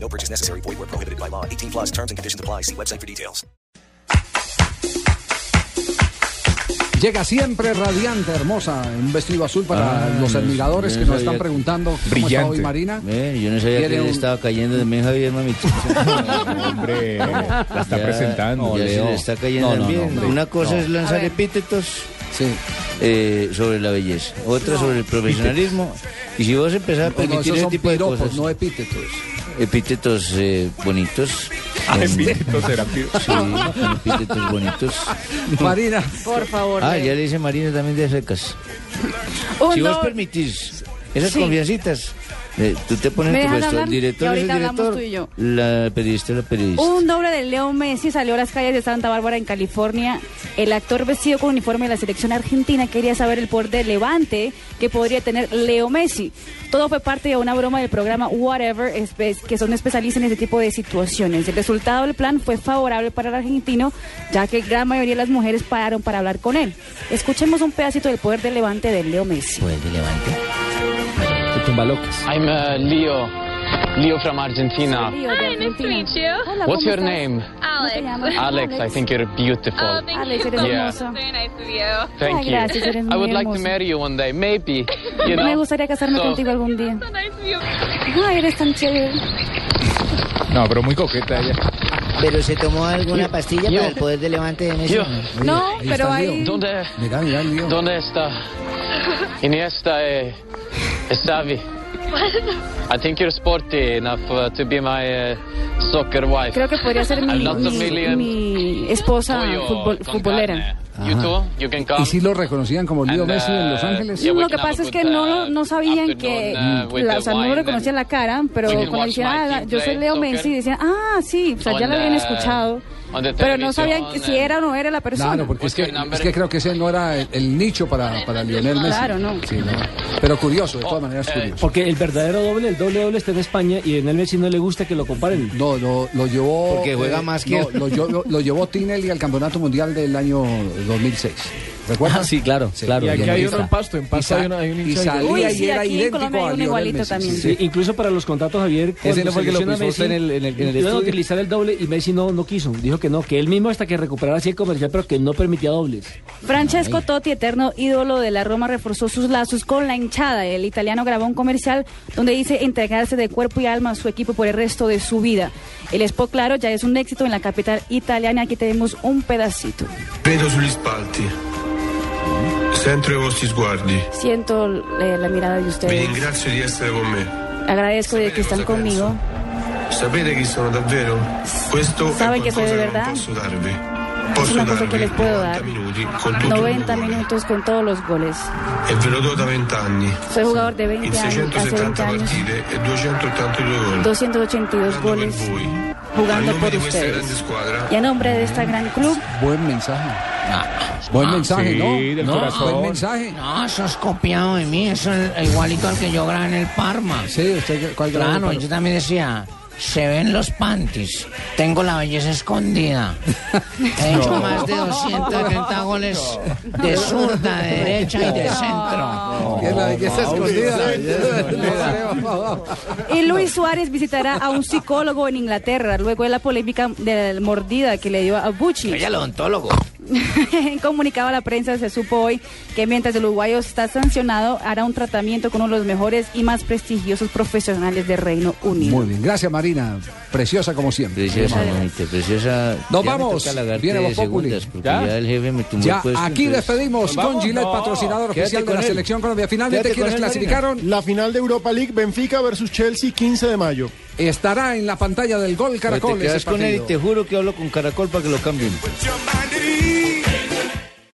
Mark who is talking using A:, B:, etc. A: No purchase necessary. Void where prohibited by law. 18 plus terms and conditions apply. See website for details.
B: Llega siempre radiante, hermosa, un vestido azul para
C: Ah,
B: los
C: no,
B: admiradores que
C: no
B: nos están
C: sabía.
B: preguntando cómo está
D: Brillante.
B: hoy Marina.
C: Ve, yo no sabía que
B: Tiene
C: le
B: un-
C: estaba cayendo de mí Javier, mamita.
D: Hombre, Eh, la está
C: Ya-
D: presentando.
C: ya se le está cayendo
D: No, no, no,
C: bien.
D: hombre,
C: Una cosa es lanzar
E: A ver.
C: epítetos
B: Sí.
C: eh, sobre la belleza, otra sobre el profesionalismo. Y si vos empezás a
B: No,
C: permitir
B: esos
C: ese
B: son
C: tipo de
B: piropos,
C: cosas,
B: no epítetos.
C: epítetos eh, bonitos,
D: Ah, bendito será.
C: sí, con epítetos bonitos.
B: Marina,
E: Por favor.
C: Ah,
E: Leo.
C: ya le dice Marina también de secas.
E: Un,
C: Si vos
E: dos,
C: permitís esas
E: Sí.
C: confiancitas, eh, tú te pones
E: ¿Me
C: en tu
E: dejas
C: puesto.
E: hablar?
C: El director
E: Y
C: es el
E: ahorita
C: director,
E: hablamos tú y yo.
C: la periodista es la periodista.
E: un doble de Leo Messi salió a las calles de Santa Bárbara en California. El actor vestido con uniforme de la selección argentina quería saber el poder de levante que podría tener Leo Messi. Todo fue parte de una broma del programa Whatever, espe- que son especialistas en este tipo de situaciones. El resultado del plan fue favorable para el argentino, ya que gran mayoría de las mujeres pararon para hablar con él. Escuchemos un pedacito del poder de levante de Leo Messi.
C: Pues de levante.
F: I'm uh, Leo, Leo from Argentina.
E: Leo de
G: Hi, nice to
E: Argentina.
G: meet you.
E: Hola,
F: What's
E: ¿cómo
F: your
E: estás?
F: name?
E: ¿Cómo te
G: Alex.
E: llamas?
F: Alex, I think you're
G: Oh,
D: Ah,
F: beautiful.
G: thank
E: Alex,
G: you
E: eres
G: so
F: Yeah.
G: much.
E: hermoso.
G: Very
D: este
G: nice of you.
F: Thank
E: Ay,
F: you.
E: gracias, eres
F: I would
E: muy
F: like to
E: hermoso.
F: marry you one day, maybe. You know.
E: Me gustaría casarme
F: So-
E: contigo algún día.
G: So nice of you.
E: Ay, eres tan chévere.
D: No, pero muy coqueta ella.
H: Pero se tomó alguna pastilla
F: yo-
H: para el poder de levante de Messi.
F: Yo.
B: Oye,
E: No,
B: ahí
E: pero
B: está
E: ahí-
B: Leo.
F: ¿Dónde,
B: Mirá, mirá, Leo.
F: dónde está Iniesta eh, eh, Xavi? I think you're sporty enough uh, to be my uh, soccer wife.
E: Creo que podría ser mi,
F: I'm not
E: mi-
F: familiar.
E: mi esposa
F: Pollo
E: futbol-
F: Oh, con
E: futbolera.
F: carne. You too? You can come.
B: ¿Y si lo reconocían como Leo
F: And,
B: Messi en Los
F: uh,
B: Ángeles?
F: yeah, we
E: Lo
F: can
E: que
F: have
E: pasa
F: a
E: es
F: good,
E: que no,
F: uh,
E: no sabían que,
F: afternoon, uh, with
E: la-
F: the
E: o sea, no
F: wine
E: reconocían
F: and-
E: la cara, pero
F: We can
E: cuando
F: watch
E: decían,
F: my
E: "Ah,
F: team
E: yo soy
F: play
E: Leo
F: soccer
E: Messi, decían, ah, sí, o sea, ya
F: on
E: la habían
F: the-
E: escuchado,
F: on the
E: pero no sabían que
F: television
E: si
F: and-
E: era o no era la persona.
B: Claro, porque es que,
F: What's your number?
B: es que creo que ese no era el, el nicho para, para Lionel Messi.
E: Claro, no.
B: Sí, no. Pero curioso, de todas maneras
F: eh,
B: curioso.
I: Porque el verdadero doble, el doble doble está en España y en el Messi no le gusta que lo comparen.
B: No, lo, lo llevó. eh,
C: Porque juega más que-
B: no, lo, llevó- lo llevó Tinelli al Campeonato Mundial del año 2006. ¿Recuerdas?
D: sí, claro, claro. Y aquí hay uno en Pasto, en Pasto hay una- hay un
B: y
D: hincha
B: salía
E: Uy, sí,
B: y era
E: aquí en
B: idéntico
E: Colombia hay
B: a
E: uno
B: Lionel
E: igualito
B: Messi.
E: también.
B: sí,
I: Sí,
B: sí.
I: incluso para los contratos, Javier, cuando
D: no fue el que lo
I: selecciona a
D: puso
I: Messi,
D: usted en el- en el- en el
I: iban a
D: estudio?
I: utilizar el doble y Messi no, no quiso. Dijo que no, que él mismo hasta que recuperara así el comercial, pero que no permitía dobles.
E: Francesco Totti, eterno ídolo de la Roma, reforzó sus lazos con la hinchada. El italiano grabó un comercial donde dice entregarse de cuerpo y alma a su equipo por el resto de su vida. El spot, claro, ya es un éxito en la capital italiana. Aquí tenemos un pedacito.
J: Vedo sugli spalti, sempre i vostri sguardi.
E: Siento eh, la mirada de
J: Vi
E: ustedes.
J: ringrazio di essere con me.
E: Agradezco de que están conmigo.
J: Sapete chi sono davvero? Questo
E: Sabe
J: è
E: che
J: qualcosa
E: sono di
J: che non
E: verità?
J: posso darvi.
E: Es
J: Posso
E: una cosa
J: darvi
E: que les puedo
J: 90
E: dar.
J: minuti con tutto
E: 90
J: il cuore.
E: minutos con todos los goles.
J: E ve lo do da 20 anni,
E: Soy jugador de
J: in
E: 20 años, hace 20
J: 670
E: años,
J: partite e 282 gol.
E: 282
J: Giocando per
E: goles
J: voi. A
E: jugando
J: nome
E: por
J: di questa grande
E: ustedes.
J: squadra,
E: Y a nombre de esta gran club,
B: Buen mensaje. Buen mensaje,
D: sí,
B: ¿no?
D: del
B: No,
D: corazón.
B: Buen mensaje.
H: No, eso es copiado de mí, eso es igualito al que yo grabé en el Parma.
B: Sí, usted, ¿cuál grabó?
H: Claro, yo también decía, se ven los panties, tengo la belleza escondida. He hecho más de 230 goles de zurda, de derecha y de centro.
B: Que es la belleza escondida. No,
E: Y Luis Suárez visitará a un psicólogo en Inglaterra luego de la polémica de la mordida que le dio a Bucci.
C: Ella el odontólogo.
E: En comunicado a la prensa se supo hoy que mientras el uruguayo está sancionado, hará un tratamiento con uno de los mejores y más prestigiosos profesionales del Reino Unido.
B: Muy bien, gracias Marina. Preciosa como siempre.
C: Preciosa, mamita, preciosa.
B: Nos
C: Ya me
B: vamos.
C: toca halagarte
B: Viene
C: de
B: Voz Populi.
C: segundas, porque
D: ¿Ya?
C: ¿Ya? el jefe me tumbó
B: Ya,
C: el puesto,
B: aquí
C: entonces-
B: despedimos con
D: vamos?
B: Gillette,
D: No.
B: patrocinador
D: Quédate
B: oficial de la
D: con él.
B: Selección Colombia. Finalmente,
D: Quédate
B: ¿quiénes
D: con él, Marina.
B: clasificaron?
J: La final de Europa League, Benfica versus Chelsea, 15 de mayo.
B: Estará en la pantalla del Gol
C: Pero
B: Caracol.
C: Te quedas
B: ese
C: con él y
B: partido.
C: te juro que hablo con Caracol para que lo cambien.
J: Put your mind at ease.